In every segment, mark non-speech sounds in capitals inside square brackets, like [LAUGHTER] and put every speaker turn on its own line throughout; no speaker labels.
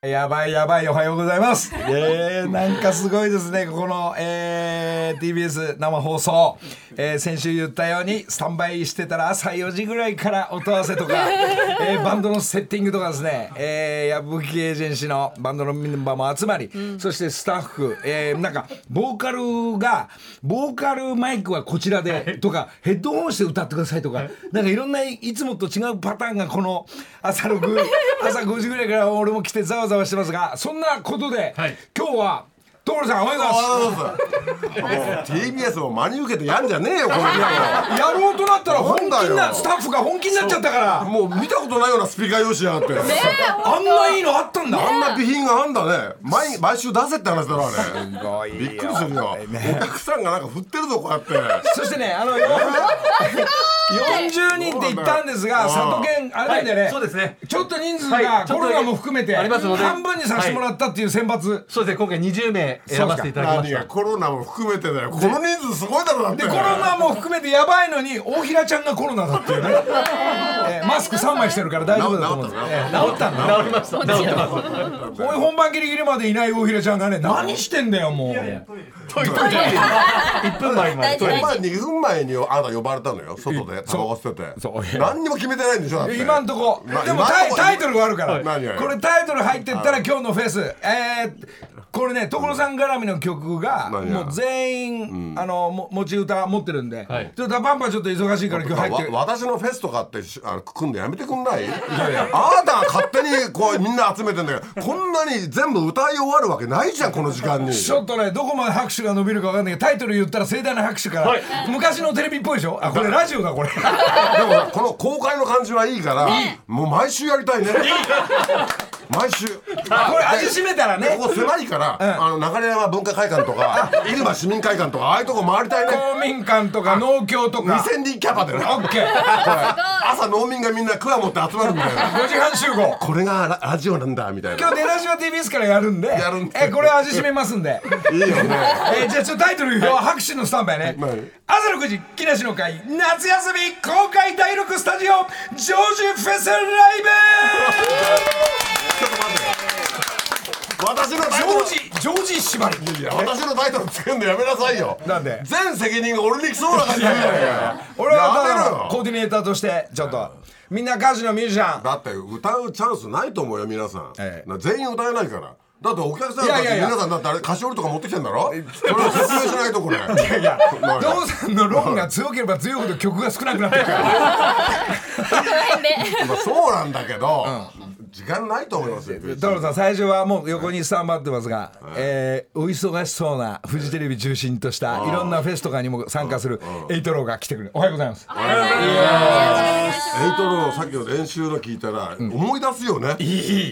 やばいやばいおはようございます。えー、なんかすごいですね、ここの、えー、TBS 生放送、えー、先週言ったように、スタンバイしてたら朝4時ぐらいから音合わせとか、えー、バンドのセッティングとかですね、えー、矢吹エージェンシーのバンドのメンバーも集まり、うん、そしてスタッフ、えー、なんか、ボーカルが、ボーカルマイクはこちらでとか、ヘッドホンして歌ってくださいとか、なんかいろんないつもと違うパターンがこの朝6、朝5時ぐらいから俺も来てざわざわしてますがそんなことで、はい、今日は所さんおはよう
ございます TBS を真に受けてやんじゃねえよこの
やろうとなったら本気なスタッフが本気になっちゃったから
もう見たことないようなスピーカー用紙やがって、ね、
あんないいのあったんだ、ね、
あんな備品があんだね毎毎週出せって話だろあれびっくりするよ、ね、お客さんがなんか振ってるぞこうやって
そしてねあの40人って言ったんですが、佐渡県、あれなんだよね、
そうですね、
ちょっと人数がコロナも含めて、
ありますので、
半分にさせてもらったっていう選抜、
そうですね、今回20名選ばせていただきました。
コロナも含めてだよ、この人数すごいだろだって。
コロナも含めてやばいのに、大平ちゃんがコロナだっていうね、えマスク3枚してるから大丈夫だと思うんです治
ったの治りました、治りま
した。こういう本番ギリギリまでいない大平ちゃんがね、何してんだよ、もう。
1分前まで。
2分前にあなた呼ばれたのよ、外で。顔捨ててそう何にも決めてないんでしょ
今んとこでもタイトルがあるからこれタイトル入ってったら今日のフェスえー、これね所さん絡みの曲がもう全員、うん、あのも持ち歌持ってるんで、はい、ちょっとパンパンちょっと忙しいから今日入って
私のフェスとかってあの組んでやめてくんないいやいやあなたが勝手にこうみんな集めてんだけどこんなに全部歌い終わるわけないじゃんこの時間に
ちょっとねどこまで拍手が伸びるか分かんないけどタイトル言ったら盛大な拍手から、はい、昔のテレビっぽいでしょあこれラジオだこれ
でもこの公開の感じはいいから、ね、もう毎週やりたいね。毎週こ
れ味しめたらね
ここ狭いから、うん、あの流山文化会館と
[LAUGHS]
か入間市民会館とかああいうとこ回りたいね
公民館とか農協とか
2000人キャパでね
OK
朝農民がみんな桑持って集まるんだよ5
時半集合
これがラジオなんだみたいな
今日出だしは TBS からやるんで
やるん
でえこれ味しめますんで
いいよね、
えじゃあちょっとタイトル拍手のスタンバイね、朝6時木梨の会夏休み公開第6スタジオジョージフェスライ
ちょっと待っ
ブ
て私のタイ
トルジョージジョージ縛
りいや私のタイトルつけるのやめなさいよ
なんで
全責任が俺に来そうな感じだ
[LAUGHS] よ俺はコーディネーターとしてちょっとみんな歌手のミュージシャ
ンだって歌うチャンスないと思うよ皆さん、ええ、全員歌えないからだってお客さんだって皆さんだってあれ菓子折りとか持ってきてんだろそれを説明しないとこれい
[LAUGHS] やいやゾウさんのローンが強ければ強いほど曲が少なくなってるから
まあそうなんだけど、時間ないと思いますよ
ドロさん最初はもう横にスタンバってますが、はえお忙しそうなフジテレビ中心としたいろんなフェスとかにも参加するエイトローが来てくれおはようございますエイ
トローさっきの練習の聞いたら思い出すよね、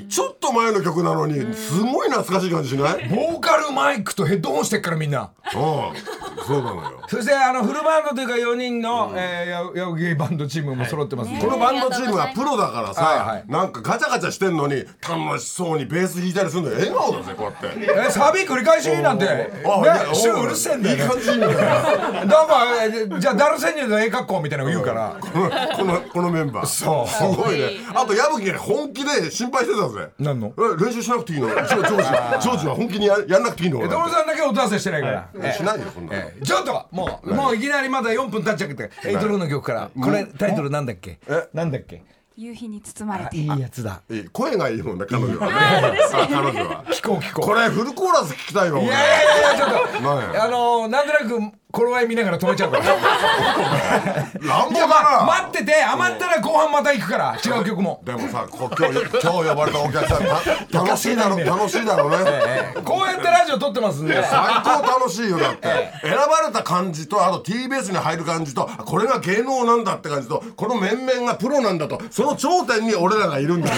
ちょっと前の曲なのにすごいすごい懐かしい感じしない
ボーカルマイクとヘッドホンしてっからみんな
うんそうなのよ
そしてあのフルバンドというか4人の、うえー、ヤオギバンドチームも揃ってます、
このバンドチームはプロだからさ、はなんかガチャガチャしてんのに楽しそうにベース弾いたりするの笑顔だぜこうやって
えサビ繰り返しなんてね週うるせえんだよ、
いい感じだ
よだからじゃあダルセニューのええ格好みたいなの言うから、
[LAUGHS] このこのメンバー
そう
すごいねあと矢吹が本気で心配してたぜ
何の
練習しなくていいのジョージは、ジョージは本気にややんなくていいの。
俺。所さんだけ音合わせしてないから
しないよ、こんな
ちょっともう、もういきなりまだ4分経っちゃって、エイトロの曲から。これ、タイトルなんだっけなんだっけ
夕日に包まれて
いいやつだ
声がいいもんね彼女はね彼女は
聞こう聞こ
うこれフルコーラス聞きたいわい
やいやいやちょっとあのなんとなく頃合い見ながら止めちゃう
[LAUGHS]
から
乱暴だ
な待ってて余ったら後半また行くから違う曲も
でもさ今日今日呼ばれたお客さん楽しい
[LAUGHS]
だろ楽しいだろうね
こうやってラジオ撮ってますんで
最高楽しいよだって選ばれた感じとあと TBS に入る感じとこれが芸能なんだって感じとこの面々がプロなんだとその頂点に俺らがいるんだ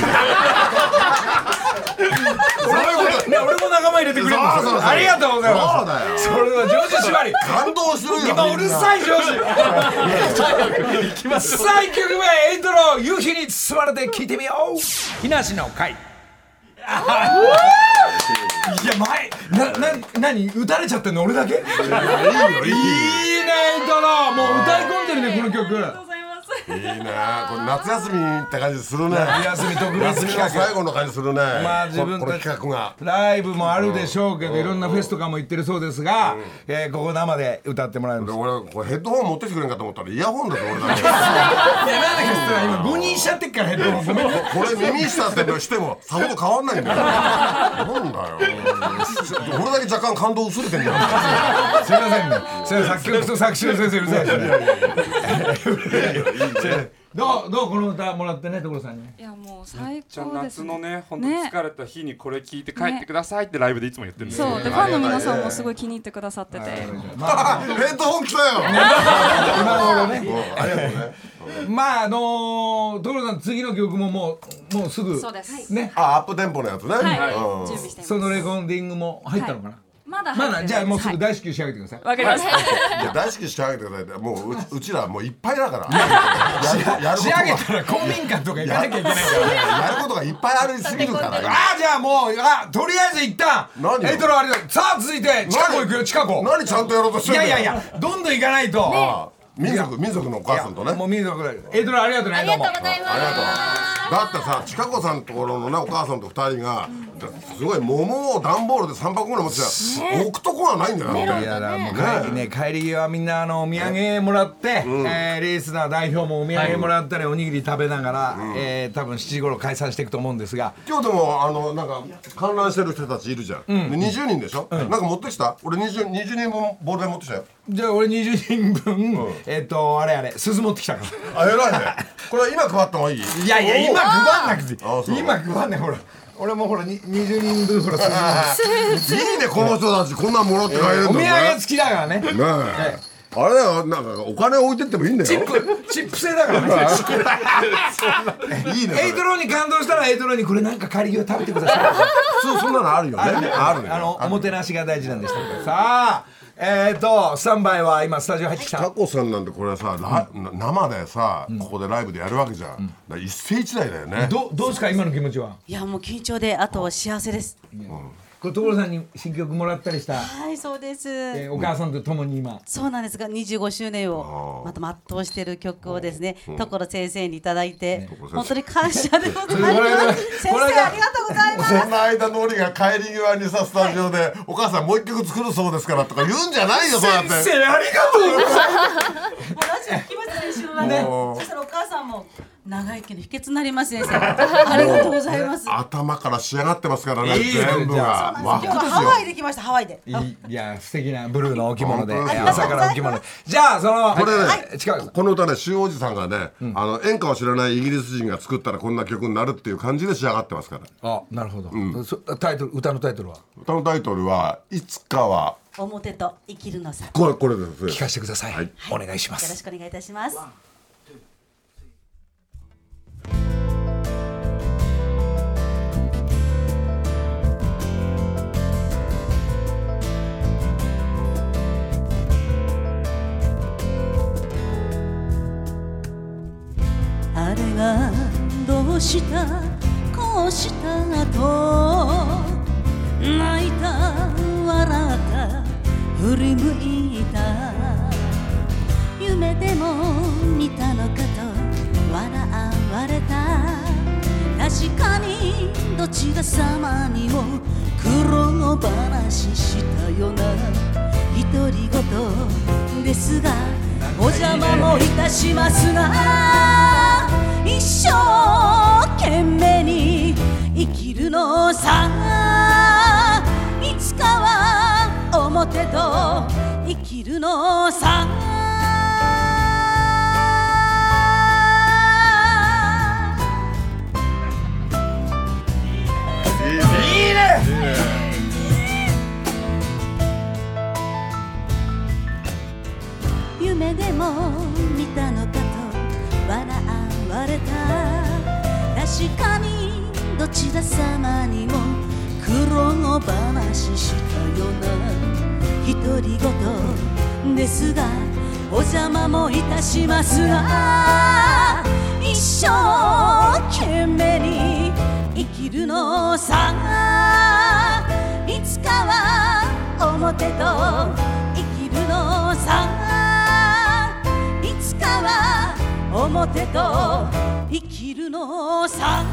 俺も、俺も仲間入れてくれるありがとうございますそれは上司縛り
感動するよ
今うるさい上司さあ1曲目エントロ夕日に包まれて聴いてみよう日梨の会いや前なな何打たれちゃってんの俺だけいいねエントロもう歌い込んでるねこの曲
いいねこれ夏休みって感じするね
夏休み特別企画
休みの最後の感じするね
まあ自分
こ
た
の
ち
企画が
ライブもあるでしょうけど、いろんなフェスとかも行ってるそうですが、えーここ生で歌ってもらうん
で
です。
俺これヘッドホン持ってきてくれんかと思ったらイヤホンだと俺 [LAUGHS] だけ
いやなんでかしたら今五人しちゃってっからヘッドホンごめんね。
これ耳下ってしてもさほど変わんないんだよなんだよ俺だけ若干感動薄れてんだよ
すいませんね。それ作曲と作詞の先生うるさいですね。どうどうこの歌もらってね所さんに。
いやもう最
じゃあ
高です
夏のね本当
ね
疲れた日にこれ聞いて帰ってくださいってライブでいつも言ってるんですよ、
そうでファンの皆さんもすごい気に入ってくださってて
[LAUGHS] ヘッドホン来たよ
今頃ね。
[LAUGHS] ありがとうね
まああのー、所さん次の曲ももうもうすぐ
そうです
ね。
あアップテンポのやつね
はい
うん
準備しています
そのレコーディングも入ったのかな。
まだ
ま
入ってな
だ
い
じゃあもうす
は
ぐ
い
大至急仕上げてください。
わかりました
いや大好きしてあげてくださいってもうううちらもういっぱい
[LAUGHS]
だからやるやる
仕
こと
上
が
げたら公民館とか行かなきゃいけないから。
やることがいっぱいありすぎるから今
ああじゃあもうあとりあえず一旦
何
エトロあれださあ続いて近子行くよ近子
何ちゃんとやろうとし
い
てん
や
だよ
いやいやどんどん行かないと、
あ民族民族のお母さんとね
もう見るとこだエトロありがとうね
あり
ど
が
うも
とうございます。
ありがとうだってさ千佳子さんところのねお母さんと二人がすごい桃を段ボールで3箱ぐらい持ってたら置くとこはないんだよだっ
い
て
やだもう帰りね帰り際みんなあのお土産もらって、えーリースナー代表もお土産もらったり、おにぎり食べながら、えー多分7時頃解散していくと思うんですが
今日でもあのなんか観覧してる人たちいるじゃん、で20人でしょ、なんか持ってきた俺 20, 20人分ボールペン持ってきたよ
じゃあ俺20人分、えっ、とあれあれ鈴持ってきたから。
あ偉いねこれは今配った方がいい
いやいや
おー
今配んなくて
あーそう
今配んねほら俺もほらに20人分
[LAUGHS]
ほら鈴持って
いいねこの人たちこんなんもらって帰れる
お
ん
土
だ
産
ね
付きだからね。
ねえあれだよなんかお金置いてってもいいんだよ
チップ、チップ制だからね。
いいねそ
エ
れ
イトローに感動したらエイトローにこれなんか仮を食べてください。
普 [LAUGHS] 通そんなのあるよねあるね
あの、おもてなしが大事なんでしたから。さあ、えっと、スタンバイは今スタジオ入ってき
タ
た。
コさんなんてこれさ、ラな生でさ、ここでライブでやるわけじゃん、だから一世一代だよね
ど、どうですか今の気持ちは。
いやもう緊張であと幸せです。
これ所さんに新曲もらったりした、
はいそうです。
えーお母さんと共に今。
そうなんですが25周年をまた全うしている曲をですね所先生にいただいて本当に感謝で
[LAUGHS]
ございます。先生
これこれ
ありがとうございます。
そんな間のりが帰り際にさスタジオで「お母さんもう一曲作るそうですから」とか言うんじゃないよそうやって
先生ありがとうございます
もうラジオ聞きましたね週まで。そしたらお母さんも長生きの秘訣になります
[LAUGHS]
先生。ありがとうございます。今
頭から仕上がってますからね
いいよ
全部
じ
が
ゃ
わ
日はハワイで来ましたハワイで。
いいいや、素敵なブルーのお着物で、え
本当だ
ー朝からお着物で。じゃあ、その、
これね、
はい近く。
この歌ね周王子さんがね、あの演歌を知らないイギリス人が作ったらこんな曲になるっていう感じで仕上がってますから
あ、なるほど。そタイトル、歌のタイトルは
歌のタイトルは「いつかは
表と生きるのさ。よ」
これこれです
聞かせてください。お願いしま
ろ
す。
しくお願いいたします。あれがどうしたこうしたと泣いた笑った振り向いた夢でも見たのかと笑われた確かにどちら様にも苦労話したよな独り言ですがお邪魔もいたしますが一生懸命に生きるのさいつかは表と生きるのさ夢でも見たのかと笑われた確かにどちら様にも苦労話したような独り言ですがお邪魔もいたしますが一生懸命に生きるのさいつかは表と生きるのさいつかは表と生きるのさ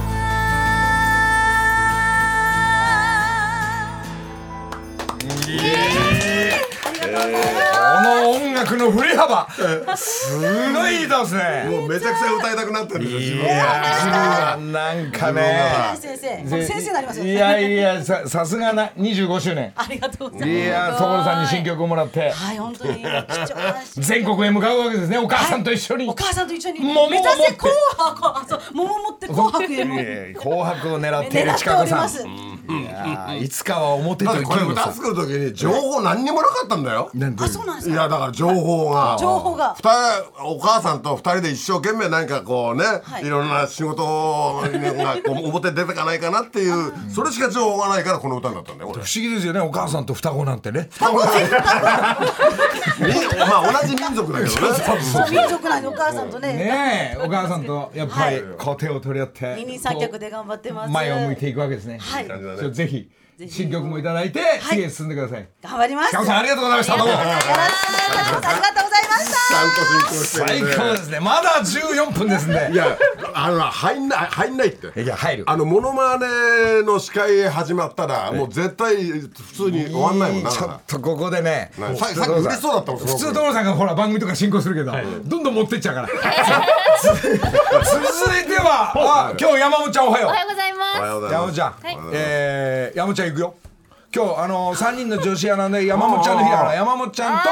この音楽の振れ幅すごいいい歌ですね
もうめちゃくちゃ歌いたくなってるんですよ自
い
分は
やーなんかね
先生もう先生になりますよ
いやいやささすがな25周年
ありがとうござい
い
ます
やー所さんに新曲をもらって
はい本当に貴重な話
全国へ向かうわけですねお母さんと一緒に
お母さんと一緒に
桃を
目
持っ
指
て
せ紅白あそう桃持って紅白へも
えー紅白を狙っている
狙って
近
お
子
り
さ
ま
ん
す
いやーいつかは表
だ
と
って
生
こ
き
れ
るの
歌
さ
作る時に情報何にもなかったんだよ
なんで
あそうなんです
いや
か
だから情報が
[LAUGHS] 情報が
二人お母さんと二人で一生懸命何かこうね、
はい
い、ろんな仕事がこう表に出てかないかなっていうそれしか情報がないからこの歌になったんだよ俺
不思議ですよねお母さんと双子なんてね
まあ同じ民族だけどね
そう民族なんでお母さんとね
ねえお母さんとやっぱりこう手を取り合って
二人三脚で頑張ってます
前を向いていくわけですね。
はい
感じだね
じゃあぜひ新曲もいただいて次へ進んでください。
頑張ります
北尾さんありがとうございました。どうも
ありがとうございますありがとうございました
ちゃんと進行して
最
るね
高ですね。まだ14分ですんで。
いやあの入んない入んないって
いや入る
あのモノマネの司会始まったらもう絶対普通に終わんないもんな
ちょっとここでね。
なんかささっき嬉しそうだったもん
普通
すごく
所さんがほら番組とか進行するけど、どんどん持ってっちゃうから。 [LAUGHS] 続いては、あ今日山本ちゃんおはよ
お
う
は。ようござい
おはよ
ま
うござい
山
ま
本
す
ちゃん、
はい
えー山本ちゃん行くよ今日あのー、3人の女子アナで山本ちゃんの日だから山本ちゃんと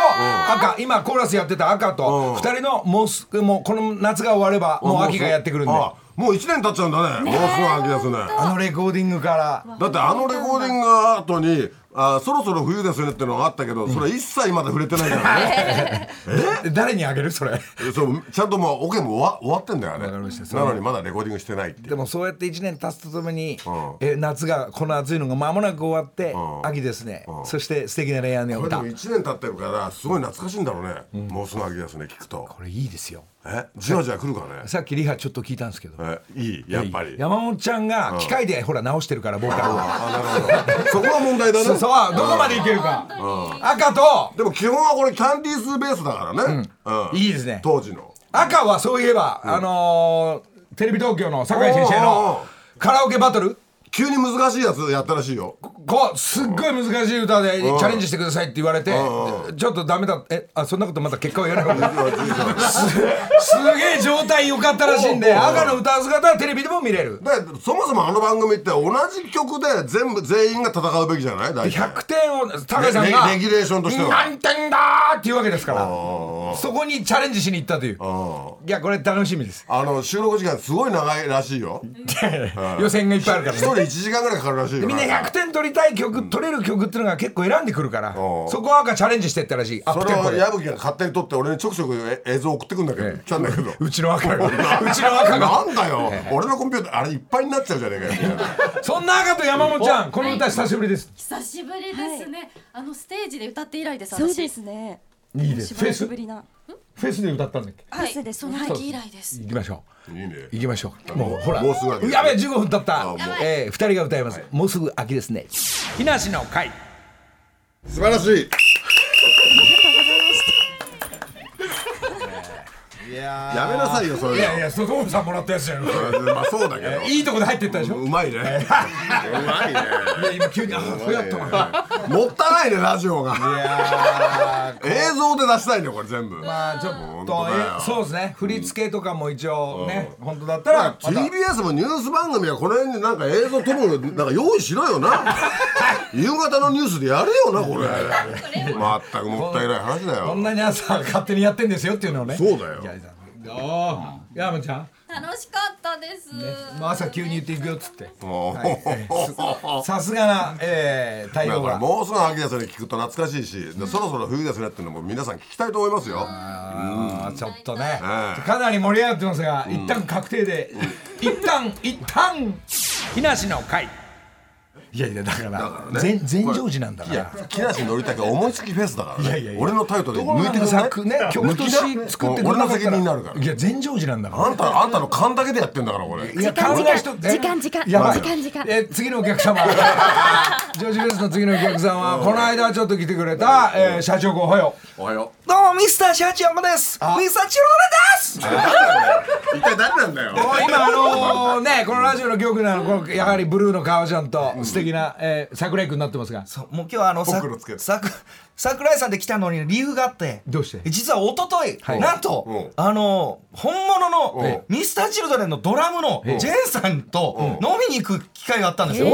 赤今コーラスやってた赤と2人のもうすもうこの夏が終わればもう秋がやってくるんで
あ
あ
もう一年経っちゃうんだねもうすぐ秋ですね
のレコーディングから
だってあのレコーディング後にあそろそろ冬ですねってのがあったけどそれ一切まだ触れてないからね
[LAUGHS] え誰にあげるそれ
そうちゃんともうオケも終わ終わってんだよね
かりました
なのにまだレコーディングしてないってい
で
う
もそうやって1年経つとともに、
ん
え夏がこの暑いのが間もなく終わって、
ん
秋ですね、そして素敵な恋愛の
これで
歌
も一年経ってるからすごい懐かしいんだろうね、もうすぐ秋ですね聞くと
これいいですよ
えじわじわ来るかね
さっきリハちょっと聞いたんですけど
えいいやっぱり
山本ちゃんが機械でほら直してるから僕らは。
あなるほどそこが問題だね
そうそうどこまでいけるか赤と
でも基本はこれキャンディースベースだからね、うん
いいですね
当時の
赤はそういえばあのーテレビ東京の酒井先生
おうおうお
の
う
カラオケバトル
急に難しいやつやったらしいよ
こうすっごい難しい歌でチャレンジしてくださいって言われて
う
ちょっとダメだえあそんなことまた結果は言わない方がいい
[LAUGHS]
すすげえ状態良かったらしいんで赤の歌う姿はテレビでも見れる
でそもそもあの番組って同じ曲で全部全員が戦うべきじゃない大体
100点を高井さんが
レレギュレーションとしては
何点だーっていうわけですからそこにチャレンジしに行ったといういやこれ楽しみです
あの収録時間すごい長いらしいよ
[LAUGHS] 予選がいっぱいあるから
一人1時間ぐらいかかるらしいよ
みんな100点取りたい曲、取れる曲っていうのが結構選んでくるから、
うん
そこは赤チャレンジしてったらしい。アッ
そ
プ
れ
テンポ
を
で
矢。吹が勝手に撮って俺にちょくちょくえ映像送ってくんだけど、来たんだけど
[LAUGHS] うちの赤
[LAUGHS]
が。うちの赤が。
なんだよ俺のコンピューターあれいっぱいになっちゃうじゃねえかよ
[LAUGHS] そんな赤と山本ちゃん、この歌久しぶりです。
す久しぶりですね、あのステージで歌って以来です
そうで
私
すね。
いいです
しばら
フェス
くぶりな。
フェスで歌ったんだっけ
は
そうで
い
す
その時以来です
行きましょ
いいね
う。行きましょう。もうほら。
もうすぐ秋
やべえ、15分経った
あもう。
えー、2人が歌います。もうすぐ秋ですね。木梨の会。
素晴らしいやめなさいよそれ
いやいや、そこさんもらったやつじゃん。
まあそうだけど
いいとこで入ってったでしょ。
う
[LAUGHS]
まいねうまいね
いや今急に、あ、そうやったな。
もったいないねラジオが
いやー
映像で出したいねこれ全部
まあちょっ
本
と
当だよ
えそうですね振り付けとかも一応ね、本当だったら、また
TBS もニュース番組はこの辺になんか映像撮るのなんか用意しろよな夕方のニュースでやれよなこれまったくもったいない話だ
こん
よ
なに朝勝手にやってんですよっていうのをね
そうだよ
いやいやおー山ちゃん
楽しかったです、
もう朝急に言っていくよっつって
もう
さすがな、えー、対
だ
応
から
が
もうすぐ秋ですね聞くと懐かしいしでそろそろ冬ですねっていうのも皆さん聞きたいと思いますよ
あーちょっとね、
ええ
かなり盛り上がってますが、一旦確定で、一旦一旦木梨の会いやいやだか
だかららね
全全成寺なんだか
い
ら
や木梨憲武思いつきフェスだからね
いやいやいや
俺のタイトルで
抜
抜
い
い
て
て
く
くだ
ださ
さ
い
い
曲ね曲
抜
と
き
し
な
作ってくれなかったら
俺の責任になるから
いや全成寺なんだから
あんたあんたの勘だけでやってんだから俺
いや
時間
考えしとって
時間時間
やばい
時間時間
え次のお客様ジョージ・フェスの次のお客様はこの間ちょっと来てくれた、えー社長ごはよう
おはよ
どうもミスターシャチヤマですミスターチロー
う
レです
一体誰なんだよ
今あのーねこのラジオの曲なのこのやはりブルーの革ちゃんと素敵な、えー、桜井君になってますが
そうもう今日はあのさ
袋つけて
さく桜井さんで来たのに理由があって
どうして
実は一昨日、
はい
なんと、
うん
あの本物
う
の
ん
ミスターチルドレンのドラムのジェーンさんと飲みに行く機会があったんですよ、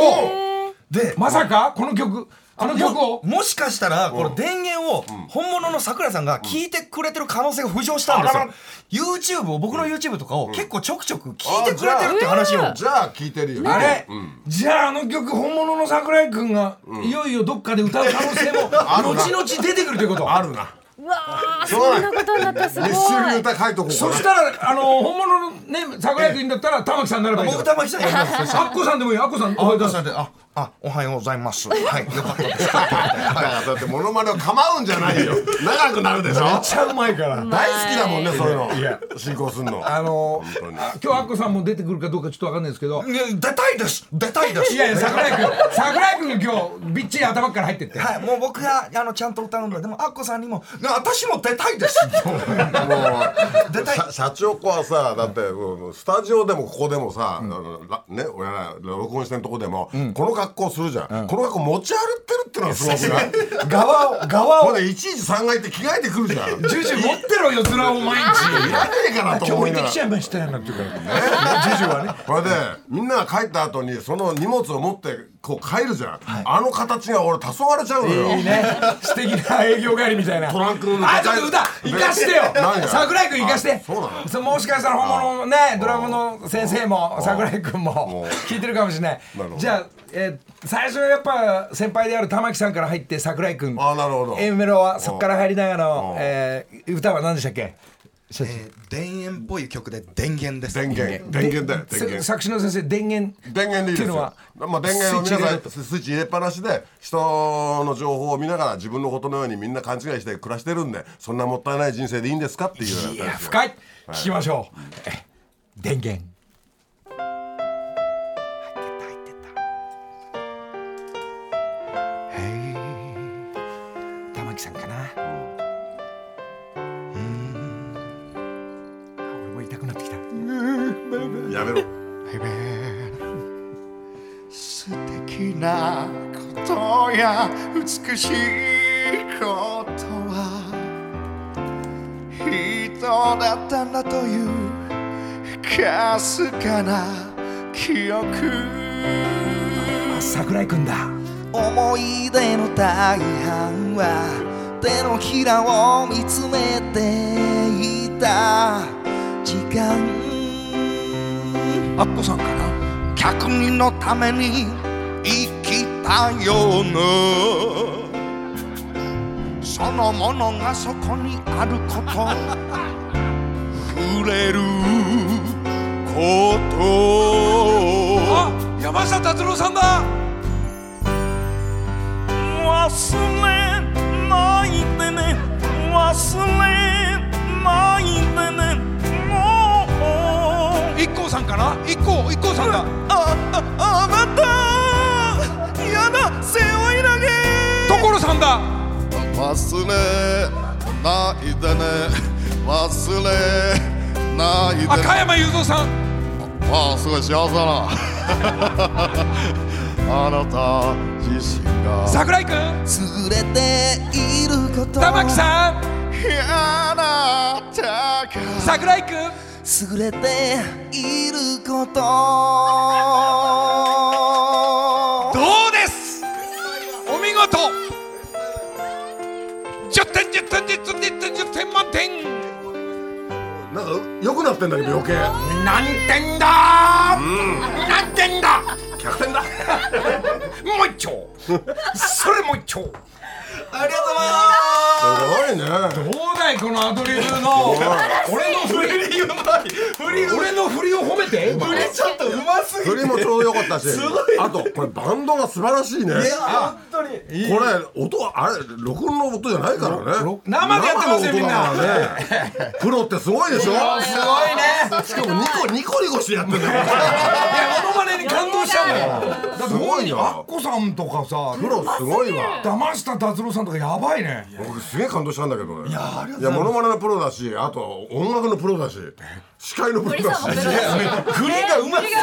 で
まさかこの曲あの曲
も
を
もしかしたらこの電源を本物の桜井さんが聞いてくれてる可能性が浮上したんですよ、YouTube を僕の YouTube とかを結構ちょくちょく聞いてくれてるって話を
じゃあ聞いてるよね
あれ、
うん
じゃああの曲本物の桜井君がいよいよどっかで歌う可能
[LAUGHS]
性も後々出てくるということ
あるな
うわーそんなことになったすごい
一緒に歌書いとこう
そ
か
したらあの本物のね桜井君だったら玉木さんになればいい
僕玉木さんにやります
あっこさんでもいいあっこさん
あ
おはようござ
さ
いま
ん
す
でああおはようございますはいよかったです
なだからだってモノマネを構うんじゃないよ長くなるでしょ
めっちゃうまいから
大好きだもんねそういうの
いや
進行すんの
あ
本
の
当に
あ今日あっこさんも出てくるかどうかちょっとわかんないですけど
いや出たいです出たいです
いやいや桜井君桜井君が今日びっちり頭から入ってって
はいもう僕があのちゃんと歌うんだでもアッコさんにもいや私も出たいです
も
出
う
たい
社社長子はさだってうんスタジオでもここでもさ、あのらね俺ら録音してるとこでも、この格好するじゃん、この格好持ち歩ってるってのはすごくない
側を側
ほんでいちいち3階行って着替えてくるじゃんい
ジュジュ持ってろよずらを毎日
らねえかなと
今
思
日
いなが
行ってき
ら
ちゃいましたよなんていうからね
ジはねこれでみんなが帰った後にその荷物を持ってこう帰るじゃん、あの形が俺黄昏れちゃうのよ、
いいね素敵な営業帰りみたいな
トランクの中
あちょっと歌生かしてよ
何が
桜井君生かして
あそうなの
そもしかしたら本物のねドラムの先生も桜井君も
もう
聞いてるかもしれない
なるほど
じゃあ、えー最初はやっぱ先輩である玉木さんから入って桜井君
あなるほど
A メロはそこから入りながらの
う、ん
えー歌は何でしたっけ写真
田園っぽい曲で電源です
電源電源だよ電源
作詞の先生電源
電源でいいですよ
っていうのは
まあ電源を皆
スイッチ入れ
さ
ろと
んススイッチ入れっぱなしで人の情報を見ながら自分のことのようにみんな勘違いして暮らしてるんでそんなもったいない人生でいいんですかっていうよう
い
な
や
やつ
深い聞きましょう、え電源
玉木さんかな
俺も痛くなってきた
やめろ
素敵なことや美しいことは人だったんだというかすかな記憶
桜井君だ
思い出の大半は手のひらを見つめていた時間あっこさんかな客人のために生きたようなそのものがそこにあること触れること
山下達郎さんだ
忘れないでね忘れないでねもう一光さんかな一光一光さんだあああなたやだ背負い投げ所さんだ忘れないでね忘れないでね赤山雄三さんああすごい幸せだな [LAUGHS] あなた自身が
桜井君
連れていること
玉木さん
あなたが
桜井君
優れていること
どうですお見事10点10点10点10点10点満点
なんか良くなってんだけど余計
何点だ何点だ
100点だ
もう一丁それもう一丁
ありがとうございます
すごいね
どうだいこのアドリブの俺の振り振りうまい振り俺の振りを褒めて
ちょっとうますすぎ
振
て
りもちょうどよかったし
すごい
あとこれバンドが素晴らしいね
いや
あ
本当に
これ音はあれ録音の音じゃないからね
生でやってますよ
生の音だからね
み
プロってすごいでしょ
いやすごいね
しかもニコニコニコしてやってんだよ
モノマネに感動したのよだって
すごいよ
アッコさんとかさ
プロすごいわ
騙した達郎さんとかやばいね
僕すげえ感動したんだけどねいや
ありがとうございま
モ
す
ノマネのプロだしあと音楽のプロだし司会のプロだし
森さんもプロだし
振りがうますぎる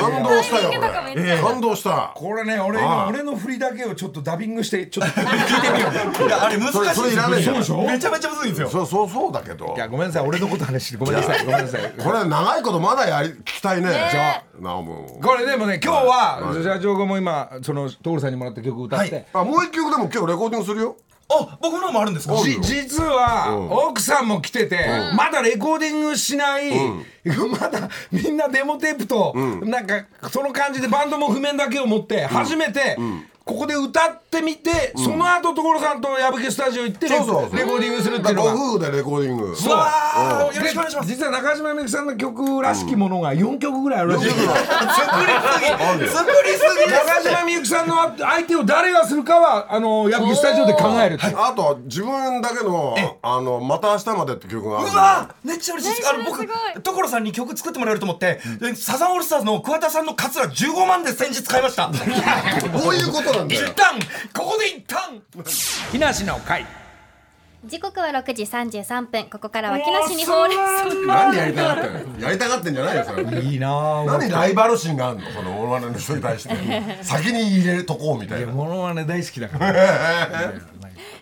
感動した
タイ
よ
ミングとかめ
こ
っち
れ
ゃ
感動した
これね俺
ああ
の俺の振りだけをちょっとダビングしてちょっ
[LAUGHS]
と
いやあれ難しい
それそれいらないじゃん
そうでしょ
めちゃめちゃむずいんですよ
そうそうそうだけど
いやごめんなさい俺のこと話してごめんなさいごめんなさい
これ長いことまだやり聞きたいね
じゃあ
なおも
これでもね今日
は
はい社長がもう今その徹さんにもらった曲歌って
あもう一曲でも今日レコーディングするよ
あ僕のもあるんですか
ある
じ
よ
実は
うん
奥さんも来ててまだレコーディングしない
うん
[LAUGHS] まだみんなデモテープと
ん
なんかその感じでバンドも譜面だけを持って初めてここで歌ってみてその後所さんと矢吹スタジオ行ってレ
そう
レ
そ
コ
うそう
ーディングするっていうの
ご
が
夫婦でレコーディング
うわ
ーよろしくお願いします
実は中島みゆきさんの曲らしきものが4曲ぐらいあるらしいです
作りすぎです
中島みゆきさんの相手を誰がするかはあの矢吹スタジオで考えるっていう
あと自分だけの「あのまた明日まで」って曲がある
うわめっちゃ嬉しいですあの
ねそ
僕
れすごい
所さんに曲作ってもらえると思って、でサザンオールスターズの桑田さんのカツラ15万で先日買い
[LAUGHS]
ました
こういうことなんだ
一
よ
旦ここで一旦
木梨の会
時刻は6時33分ここからは木梨に放り
なんでやりたがってんのやりたがってんじゃないよそれ
いいなぁ
何ライバル心があるのこのモノマネの人に対して
[LAUGHS]
先に入れるとこうみたいな
モノマネ大好きだから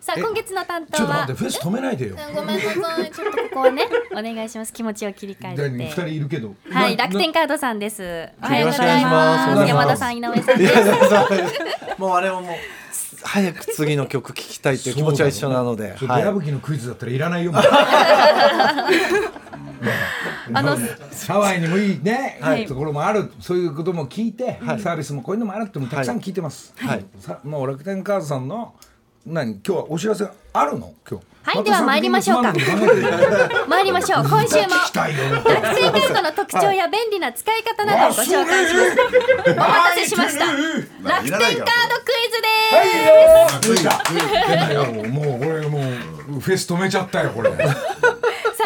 さあ今月の担
ち
当
ょっと待
は
ってフェス止めないでよ
うんごめんなさいちょっとここをねお願いします気持ちを切り替
誰に
え
二人
て
いるけど
はい
な
楽天カードさんですおはよ
よ
うご
ろし
ざい
くお願いし
ま
ます
す山田さん井上さんです
もうあれはもう早く次の曲聴きたいっていう気持ちは一緒なので、
ちょっと
はい
矢吹のクイズだったらいらな
[LAUGHS]
いよ
あの
ハワイにもいいね、
はい
い、ところもあるそういうことも聞いて、サービスもこういうのもあるってもたくさん聞いてます、
はい
さもう楽天カードさんの何今日はお知らせあるの今日
はいでは参りましょう
ま
か
たその時につまんないこと考えてる
参りましょう今週も
聞きたいよ
学生カードの特徴や便利な使い方などをご紹介しますお待たせしました楽天カードクイズです
ついたもうもうこれもうフェス止めちゃったよこれ
さ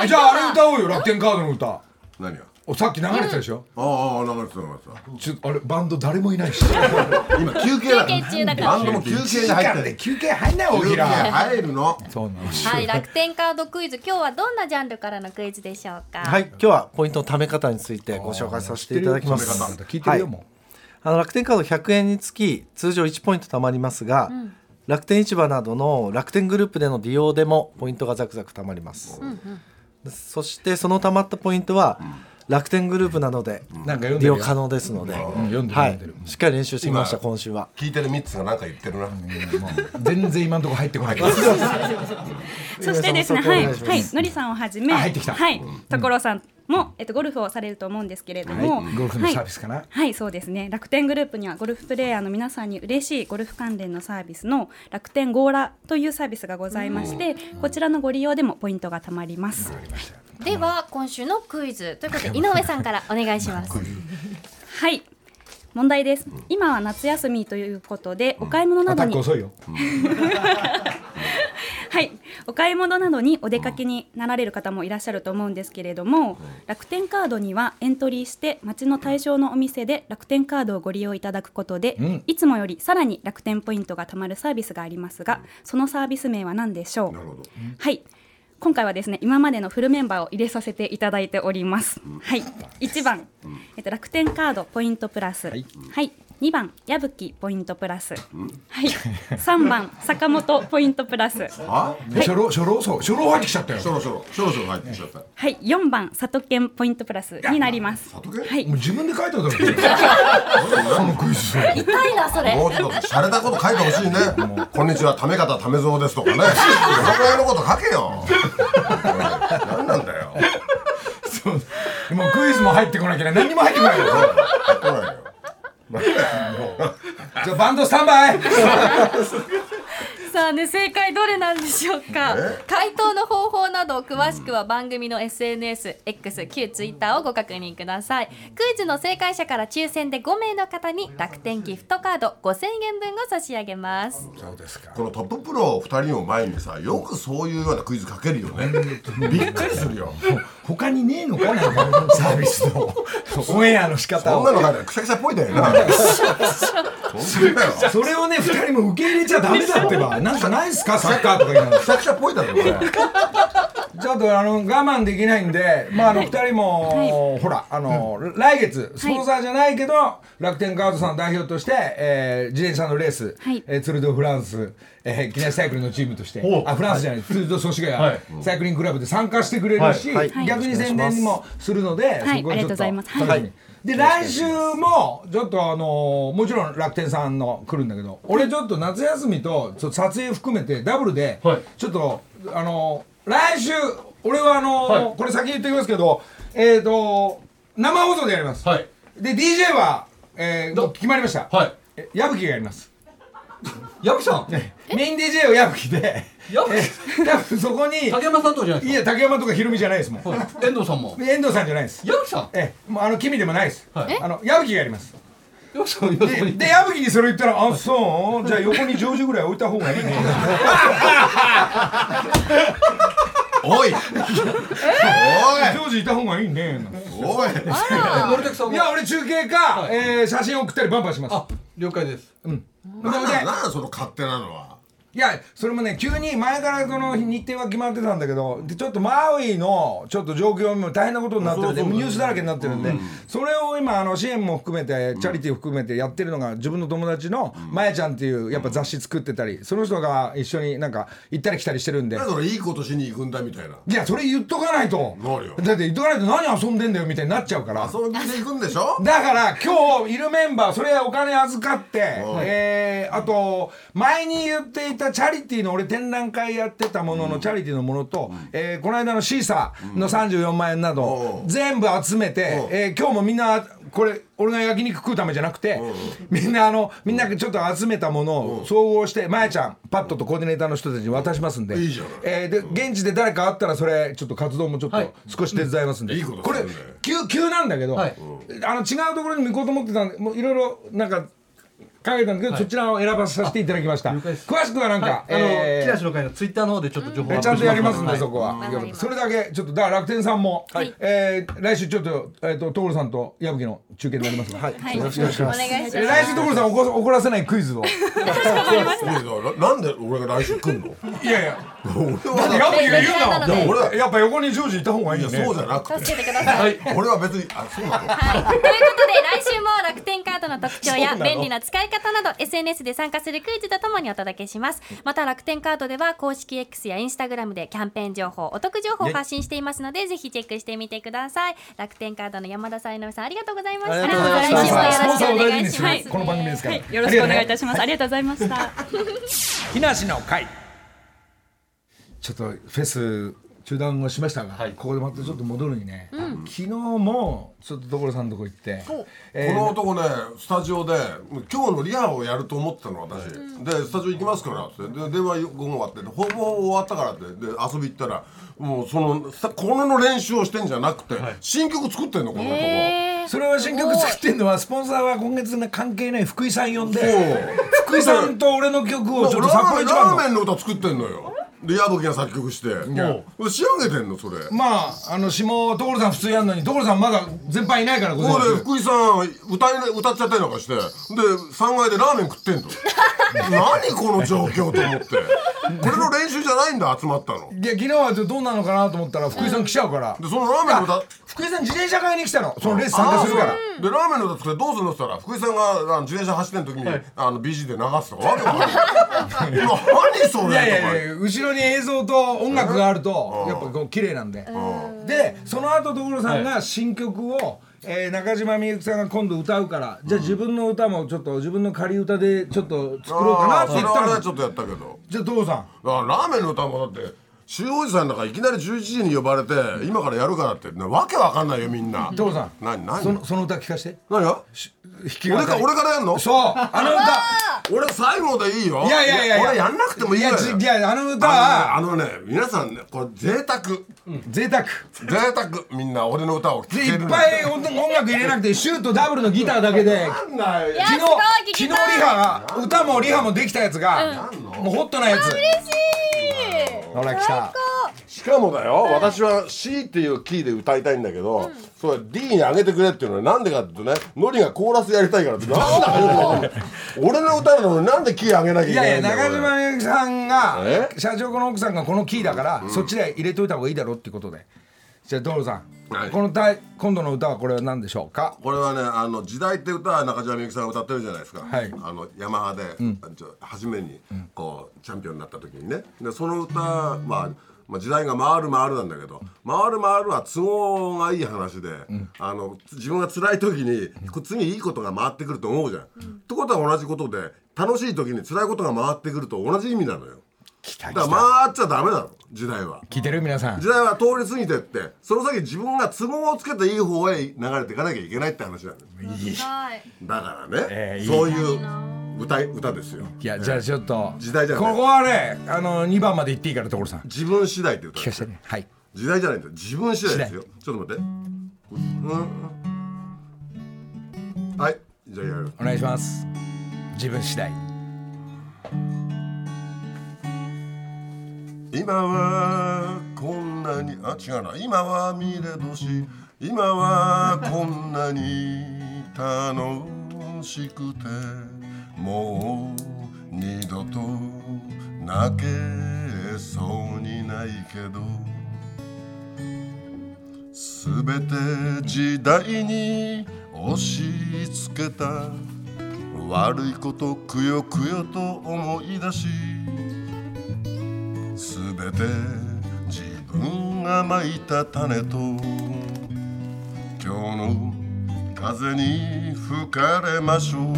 あ
じゃああれ歌おうよ楽天カードの歌
何が
おさっき流れてたでしょ
ああ流れてた流れ
ちょあれバンド誰もいないし
てた今休憩だ
休憩中だから
バンドも休憩に入ってる
休憩入んないよ大
休憩
平
入るの
そうなの
はい、楽天カードクイズ、今日はどんなジャンルからのクイズでしょうか。
はい、今日はポイントの貯め方についてご紹介させていただきます。
聞いてるよ
はい
も
あの楽天カード100円につき通常1ポイント貯まりますが、楽天市場などの楽天グループでの利用でもポイントがザクザク貯まります。そしてその貯まったポイントは、楽天グループなどで
うなんか読
利
んでる
用
よ
可能ですので、
うん読んでる
は
読
い
んでる、
しっかり練習してきました
今
今週は。
聞いてるミッツが何か言ってるな
全然今のところ入ってこ
[LAUGHS]
ない
そしてですね、
皆さんもそこ
はい、
お願
はいい
しま、す
のりさんをはじめ、
あ入ってきた
はい、所さんも、えっと、ゴルフをされると思うんですけれども。
はいゴルフのサービスかな
はいはい、そうですね、楽天グループには、ゴルフプレイヤーの皆さんに嬉しいゴルフ関連のサービスの。楽天ゴーラというサービスがございまして、こちらのご利用でもポイントがたまります。
では、今週のクイズ、ということで、井上さんからお願いします。
はい、問題です。今は夏休みということで、お買い物な
ア
ど
タッ
に
ク。遅いよ
はい、お買い物などにお出かけになられる方もいらっしゃると思うんですけれども、楽天カードにはエントリーして町の対象のお店で楽天カードをご利用いただくことで、
うん
いつもよりさらに楽天ポイントがたまるサービスがありますがそのサービス名は何でしょうはい今回はですね今までのフルメンバーを入れさせていただいております、はい1番、えっと、楽天カードポイントプラスはい、2番矢吹ポイントプラス、はい3番坂本ポイントプラス
あ
初老初老そう初老入ってきちゃったよ
そろそろそろそろ入ってきちゃったも
はい、四番佐藤健ポイントプラスになります。はい、
もう自分で書いたんだろそのクイズ
痛いな、それ。
うちょっと洒落たこと書いてほしいねこんにちはため方ためぞうですとかねそのぐらいのこと書けよ何なんだよ
そうもうクイズも入ってこなきゃ何にも入ってこないよ
書かないよ
じゃあバンドスタンバイ
さあね正解どれなんでしょうか回答の方法など詳しくは番組の SNSX 旧 Twitter をご確認くださいクイズの正解者から抽選で5名の方に楽天ギフトカード5000円分を差し上げます
そうですか
このトッププロ2人を前にさよくそういうようなクイズかけるよねびっくりするよ
[LAUGHS] 他にねえのかなんかサービス [LAUGHS] のオンエアの仕方を
そんなのなんかくしゃくしゃっぽいだよな
[LAUGHS] それをね2人も受け入れちゃダメだってば [LAUGHS] なんかないっすかサッカーとか言いながら
くしゃくしゃっぽいだろこれ
ちょっとあの我慢できないんで、まああの
はい
二人も、ほらあの、来月スポンサーじゃないけど、楽天カードさん代表として、えー、自転車のレース、えーツールドフランス、えー、記念サイクルのチームとして
お、う
あフランスじゃない、ツールド祖師ヶ谷、
はい
サイクリングクラブで参加してくれるし、
はいはい
逆に宣伝にもするので、
はい
そこはちょっ
ありがとうございますはい
楽しみにで来週もちょっとあのもちろん楽天さんの来るんだけど俺ちょっと夏休みとちょっと撮影含めてダブルでちょっとあの来週俺はあの、
はい
これ先言っておきますけどえっ、と生放送でやります、で DJ は、えーもう決まりました、え矢吹がやります矢吹さんメイン DJ を矢吹で矢吹多分そこに竹山さんとかじゃないですかいや竹山とかひろみじゃないですもん、遠藤さんも遠藤さんじゃないです矢吹さんええもうあの君でもないです、
はいえ
あの矢吹がやります
ん
でで矢吹にそれ言ったら「あそうじゃあ横にジョージぐらい置いた方がいいね」
おいジ
ョージいた方がいいね
おい
いや俺中継か、えー写真送ったりバンバンしますあ了解ですうん
なんだなんだその勝手なのはい
やそれもね急に前からこの日程は決まってたんだけどでちょっとマウイのちょっと状況も大変なことになってるんで
そうそう
ニュースだらけになってるんで、それを今あの支援も含めてチャリティー含めてやってるのが自分の友達のまやちゃんっていうやっぱ雑誌作ってたりその人が一緒になんか行ったり来たりしてるんで
なんだそれいいことしに行くんだみたいない
やそれ言っとかないとだって言っとかないと何遊んでんだよみたいになっちゃうから
遊んでいくんでしょ
だから今日いるメンバーそれお金預かって、えーあと前に言っていたチャリティーの俺展覧会やってたもののチャリティーのものと、えーこの間のシーサーの34万円など全部集めて、えー今日もみんなこれ俺が焼肉食うためじゃなくてみんなあのみんなちょっと集めたものを総合してまやちゃんパッドとコーディネーターの人たちに渡しますんでえーで現地で誰かあったらそれちょっと活動もちょっと少し手伝いますんでこれ急急なんだけど、あの違うところに向こうと思ってたんでもういろいろなんか考えたんですけど、そちらを選ばさせていただきました詳しくはなんか、
あの、
えー
木梨の会のツイッターの方でちょっと情報
えちゃんとやりますんで、
はい
そこは、よろしくそれだけちょっとだから楽天さんも、えー来週ちょっと,、えー、と所さんと矢吹の中継になりますが、はい
はい
よろしくお願いします
お願いします
えー来週所さん怒怒らせないクイズを
なんで俺が来週来んの
いやいやだって矢吹が言うな
でも俺は
やっぱ横にジョージいた方がいいよね
そうじゃなくて
助けてください
俺は別にあそうなの
ということで来週も楽天カードの特徴や
そうなの
便利な使い方など SNS で参加するクイズとともにお届けしますまた楽天カードでは公式 X やインスタグラムでキャンペーン情報お得情報を発信していますので、ぜひチェックしてみてください楽天カードの山田さん井上さんありがとうございました
ありがとうございました
来週もよろしくお願いし
スポンサーを大事にす
ます
るこの番組ですから
はい
よろしくお願いい
たしますありがとうございました
[LAUGHS] 木梨の会ちょっとフェス中断をしましたが、ここでまたちょっと戻るにね、
うん
昨日もちょっと所さんのとこ行って、
こ
えー
の男ねスタジオで今日のリハをやると思ってたの私、でスタジオ行きますからってで電話午後終わってほぼ終わったからってで遊び行ったらもうそのさこのの練習をしてんじゃなくて、新曲作ってんのこの男、
それは新曲作ってんのはスポンサーは今月ね関係ない福井さん呼んで福井さんと俺の曲をちょっと札
ラー
幌
メン
一
ラ
番の
ーメンの歌作ってんのよで矢吹が作曲してもう仕上げてんのそれ
まああの下所さん普通やんのに所さんまだ全般いないから午前
ここ
中
で福井さん歌いな歌っちゃったりなんかしてで3階でラーメン食ってんの何この状況と思ってこれの練習じゃないんだ集まったの
いや昨日はちょっとどうなのかなと思ったら福井さん来ちゃうから、
でそのラーメンの歌
あ福井さん自転車買いに来たのそのレッスン参加するから
あーそうでラーメンの歌作ってどうするのって言ったら福井さんがあの自転車走ってる時に、あの BG で流すとかわけわかんない何それ
いやいやいや後ろに映像と音楽があるとやっぱこう綺麗なんででその後所さんが新曲を、えー中島みゆきさんが今度歌うからじゃあ自分の歌もちょっと自分の仮歌でちょっと作ろうかなって言った
あーそれは
ら
ねちょっとやったけど
じゃあ所さん
だからラーメンの歌もだって周王子さんなんかいきなり11時に呼ばれて今からやるからってなわけわかんないよみんな
所さん
何何
そのその歌聞かして
何が俺か俺からやんの
そうあの歌
俺最後でいいよ
いやいやいやいや
俺やんなくてもいいよ
いやじいやあの歌は
あのねあのね皆さんねこれ贅沢
贅沢
贅沢みんな俺の歌を聴け
でい
る
っ
の
ぱい音楽入れなくてシュートダブルのギターだけで
なんだよ
昨日昨日リハが歌もリハもできたやつが、もうホットなやつほら来た
しかもだよ、私は C っていうキーで歌いたいんだけど、それ D に上げてくれっていうのはなんでかっていうとねノリがコーラスやりたいからってなんだよ
[LAUGHS]
これ俺の歌なのになんでキー上げなきゃい
い
けな
や
いん
いや
だよ
中
こ
島みゆきさんが社長この奥さんがこのキーだから、そっちで入れといた方がいいだろうっていうことでじゃあ所さん、この歌今度の歌はこれは何でしょうか
れこれはねあの「時代」って歌は中島みゆきさんが歌ってるじゃないですか、あのヤマハで、ちょ初めにこうチャンピオンになった時にねでその歌は、まあ、時代が回る回るなんだけど「回る回る」は都合がいい話で、あの自分が辛い時にこ次いいことが回ってくると思うじゃん。ってことは同じことで楽しい時に辛いことが回ってくると同じ意味なのよ。だから回っちゃダメなの時代は。
聞いてる皆さん
時代は通り過ぎてってその先自分が都合をつけていい方へ流れていかなきゃいけないって話なんですだからね、
えー
そういう歌い歌ですよ
いやじゃあちょっと
時代じゃない
ここはねあの2番まで行っていいから所さん
自分次第って歌聞か
せてねはい
時代じゃないんだよ自分次第ですよちょっと待って、うんはいじゃあやる
お願いします自分次第
今はこんなにあ違うな今は見れどし今はこんなに楽しくてもう二度と泣けそうにないけどすべて時代に押し付けた悪いことくよくよと思い出しすべて自分がまいた種と今日の風に吹かれましょう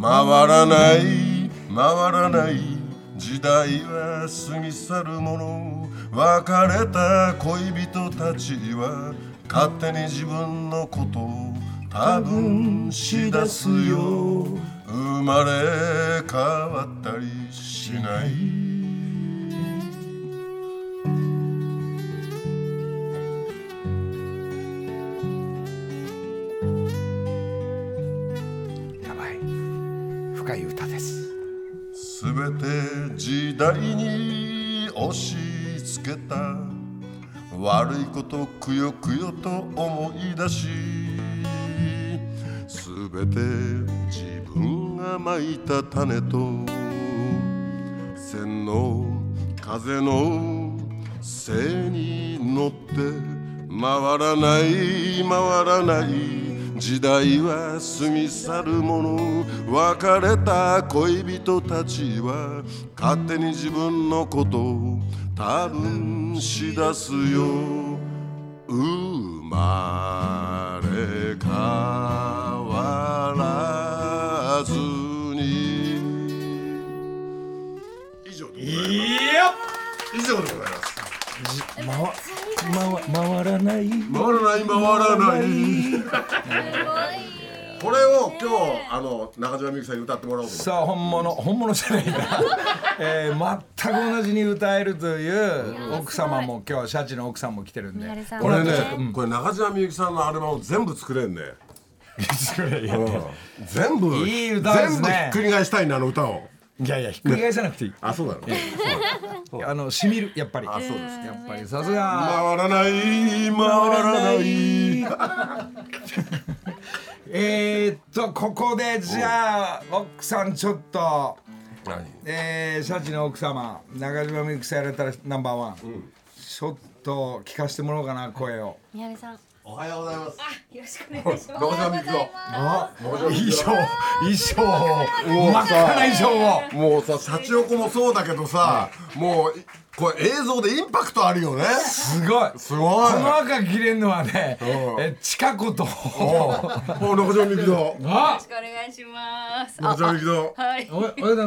回らない回らない時代は過ぎ去るもの別れた恋人たちは勝手に自分のことを多分しだすよ生まれ変わったりしない
やばい深い歌です
すべて時代に押し付けた悪いことくよくよと思い出しすべて自分がまいた種と千の風のせいに乗って回らない回らない時代は過ぎ去るもの別れた恋人たちは勝手に自分のことを多分しだすよ生まれ変わらずに
いや
以上でございます
回回回らない
回らない回らないこれを今日あの中島みゆきさんに歌ってもらおうと思って
さあ本物本物じゃないな、 [LAUGHS] えー、全く同じに歌えるという奥様も今日シャチの奥さんも来てるんで
これね、これ中島みゆきさんのアルバムを全部作れんね。
[LAUGHS]
うん全部
いい歌ですね
全部ひっくり返したいなあの歌を。
いやいやひっくり返さなくていい、
あそうなの。
あのしみるやっぱり
あそうです。
やっぱりさすが
回らない回らない。
えー、っとここでじゃあ奥さんちょっとえー、シャチの奥様中島みゆきさんやられたらナンバーワン、ちょっと聞かせてもらおうかな声を
宮部さん
おはようございます
よろしくお願いします
中島みゆきの
あ
衣
装衣装を真っ赤な衣装を
もうさシャチホコもそうだけどさ、もういこれ映像でインパクトあるよね。
すごい
すごい。
この赤切れんのはね
うん
え近子と
おお中島みゆきの。
あ
くお願いします
中島みゆきの。
はい
お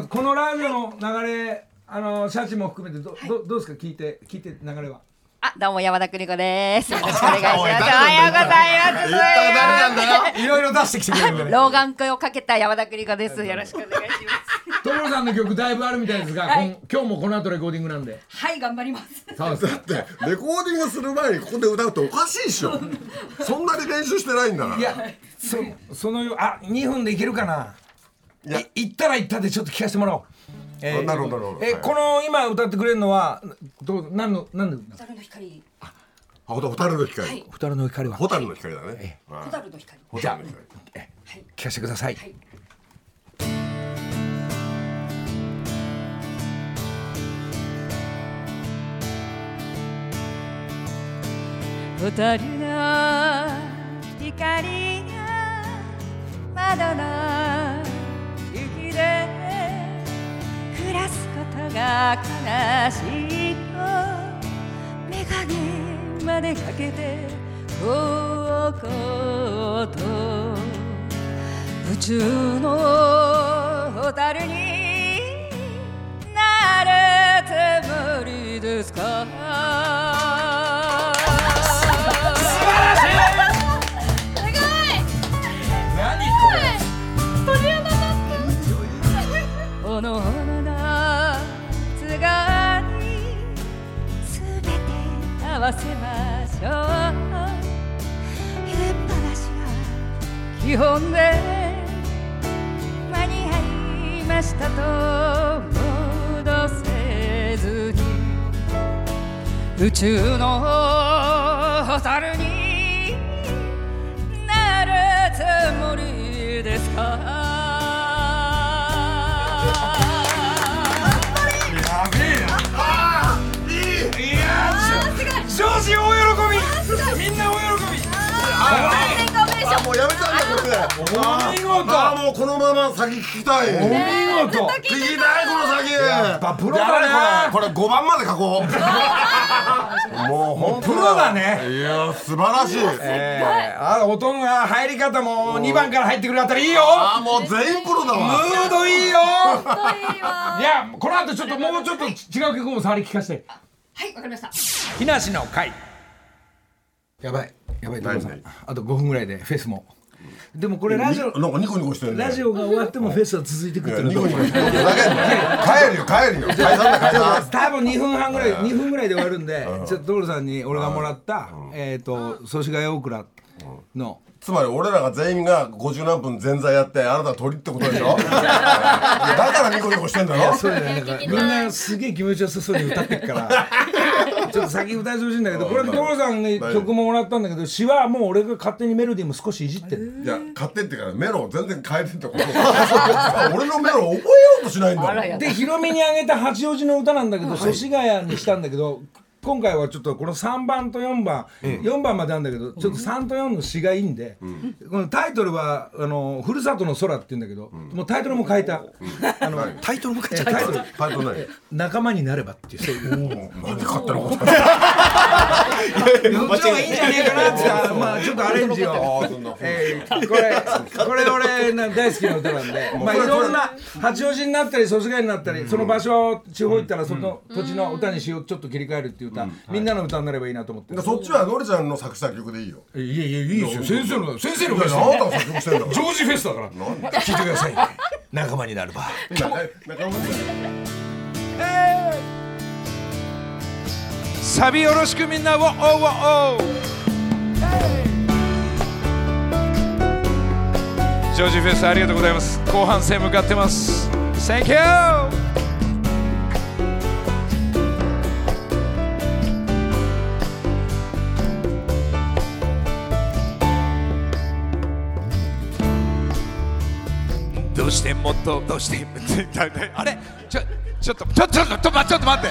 おこのラジオの流れあのシャチも含めてどどどうですか聞いて聞いて流れは。
あ、どうも山田邦子です。よろしくお願いします。おはようございます。
いろいろ出してきてくれるから。
老眼鏡をかけた山田邦子です。よろしくお願いし
所さんの曲だいぶあるみたいですが、
は
こ
い
ん今日もこの後レコーディングなんで。
はい、頑張ります。
そうです
だってレコーディングする前にここで歌うっておかしいでしょそんなに練習してないんだから
いや、
[LAUGHS]
そそのあ2分でいけるかな。い行ったら行ったでちょっと聞かせてもらおう。
あなるほどなるほど
[LAUGHS] え
はい
この今歌ってくれるのはどう何の何の
蛍の光。
あほた蛍の光、
はい
蛍の光は
蛍の光だね、はい
蛍の光。
蛍の光
聞かせてください。
蛍の光が窓の雪で暮らすことが悲しいと眼鏡までかけてこうこうと宇宙の蛍になれて無理ですかおのおののつがにすべて合わせましょう入れっぱなしは基本で間に合いましたと戻せずに
[LAUGHS]
宇宙の蛍になるつもりですか
やべえあーいいいやー上司大喜びみんな大喜び
あもうやめたんだ曲で
お見事
あもうこのまま先聞きたい
お見事
聞きたいこの先
やっぱプロだね
やばいこれこれ5番まで書こうもう本当
プロだね
いや素晴らしい
えー、あ音が入り方も2番から入ってくるあたりいいよ
あーもう全員プロだわ
ムードいいよいやこの後ちょっともうちょっと違う曲も触り聞かせて
はい、わかりました。
木梨の会やばいやばい所さんあと5分ぐらいでフェスもでもこれラジオ
なんかニコニコしてるね
ラジオが終わってもフェスは続いてくって
ニコニコしてる
帰
るよ帰るよ解散だ解散
多分2分半ぐらい2分ぐらいで終わるんでちょっと所さんに俺がもらったえっと「祖師ヶ谷大倉」の
つまり俺らが全員が50何分前座やってあなた鳥ってことでし
[LAUGHS]
ょだからニコニコしてんだ
い
ろ
やそうだよねなんかみんなすげえ気持ちよさそうに歌ってっから
[LAUGHS]
ちょっと先歌いてほしいんだけどこれで所さんに曲ももらったんだけど詩はもう俺が勝手にメロディーも少しいじってる
いや買ってってからメロを全然変えてってこと俺のメロを覚えようとしないんだもん
でヒロミにあげた八王子の歌なんだけど祖師ヶ谷にしたんだけど今回はちょっとこの3番と4番、4番まであるんだけどちょっと3と4の詩がいいんで、このタイトルはあの「ふるさとの空」って言うんだけど、もうタイトルも変えた、あのタイトルも変えちゃった
タイトル何
仲間になればっていうそういう
何で勝手な [LAUGHS] こと
こっちがいいんじゃねえか
[LAUGHS]
なって言ったらまあちょっとアレンジをえーこれこれ俺な大好きな歌なんでまあいろんな八王子になったり祖師ヶ谷になったりその場所地方行ったらその土地の歌にしようちょっと切り替えるっていう歌みんなの歌になればいいなと思って
そっちはのりちゃんの作詞作曲でいいよ
いやいやいいですよ先生の先生のフェス
いやあなたが作曲してんだから
ジョージフェスだから聞いてください仲間になれば
サビよろしくみんなをおおおジョージフェスありがとうございます後半戦向かってます Thank you どうしてもっとどうしてもっとあれちょちょっとちょちょっとちょっと待ってちょっと待って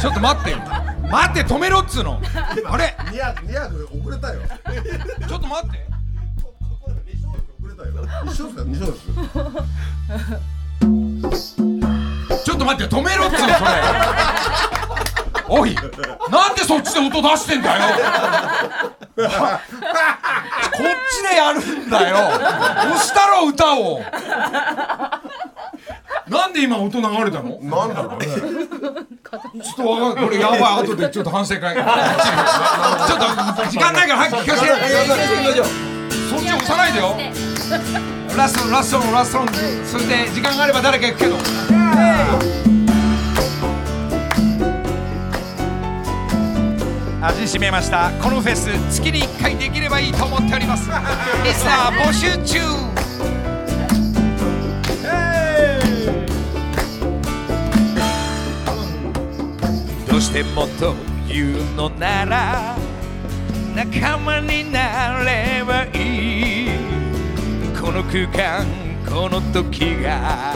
ちょっと待ってよ待って止めろっつうのあれ
ニヤニヤで遅れたよ
ちょっと待って
一緒ですよ二緒ですよ
ちょっと待って止めろっつうのそれおいなんでそっちで音出してんだよこっちでやるんだよ押したろ歌をなんで今音流れたのなんだろうねちょっとわかんこれやばい後でちょっと反省 [LAUGHS] 会ちょっと時間ないから早く聞かせてそっち押さないでよラストラストのラストのそれで時間があれば誰か行くけど味しめましたこのフェス月に1回できればいいと思っておりますリスナー募集中どうしてもっと言うのなら仲間になればいいこの空間この時が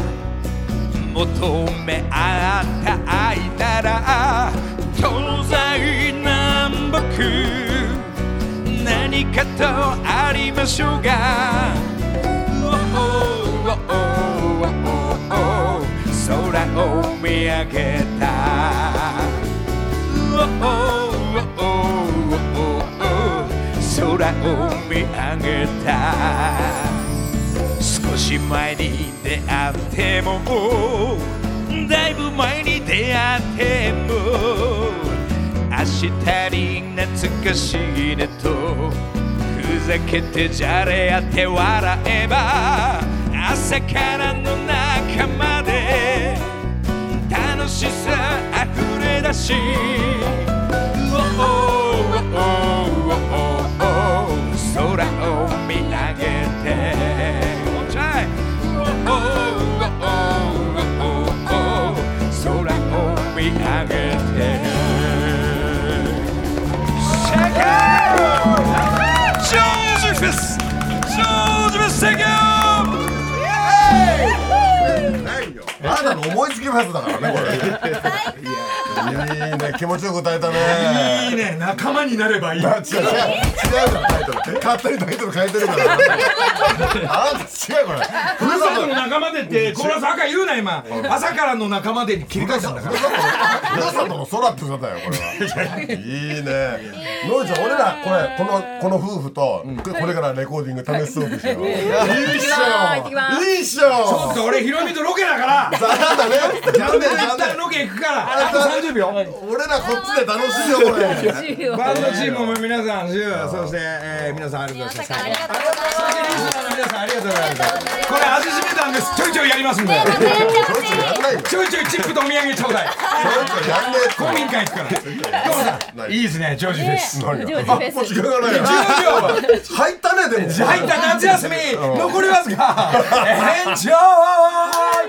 求め合った愛なら東西南北何かとありましょうが Oh, oh, oh, oh, oh, 空を見上げた Oh, oh, oh, oh, oh, 空を見上げた少し前に出会ってもだいぶ前に出会っても明日に懐かしいねとふざけてじゃれ合って笑えば朝からの仲間で楽しさあふれ出し Oh, oh, oh, oh, oh, oh 空を見上げて Oh, oh, oh, oh, oh, 空を見上げて Shake it! ジョージフェスジョージフェス Take it!
あなたの思いつきフェスだからねこれいやいいね気持ちよく歌えたね
いいね仲間になればいい
違う違う違うタイトル勝
[LAUGHS]
手にタイトル変えてるからあなた違うこれ
[LAUGHS] ふるさとの仲間で [LAUGHS] ってコーラス赤言うな今 [LAUGHS] 朝からの仲間でに切り替えたんだから
ふるさとの空って歌だよこれはいいねのいちゃん俺らこれこのこの夫婦とこれからレコーディング試そうでしょいいっしょいいっしょ
ちょっと俺ヒロミとロケだから
残念だね残念残
た
念
らロケ行くからあと30秒
俺らこっちで楽しいよこれ
バンドチームも皆さん、ジューそして、えー、皆さんありがとうございました。ありがとうございます。そしてリスナーの皆さんありがとうございます。これ味しめたんです。ちょいちょいやりますんで。ちょいちょいチップとお土産ちょうだい。公民館行くから。どうもさん、いいですね、ジョージフェス。
何があもう時間がないよ入ったねでも
入った夏休み、残りわずか。エンジョイ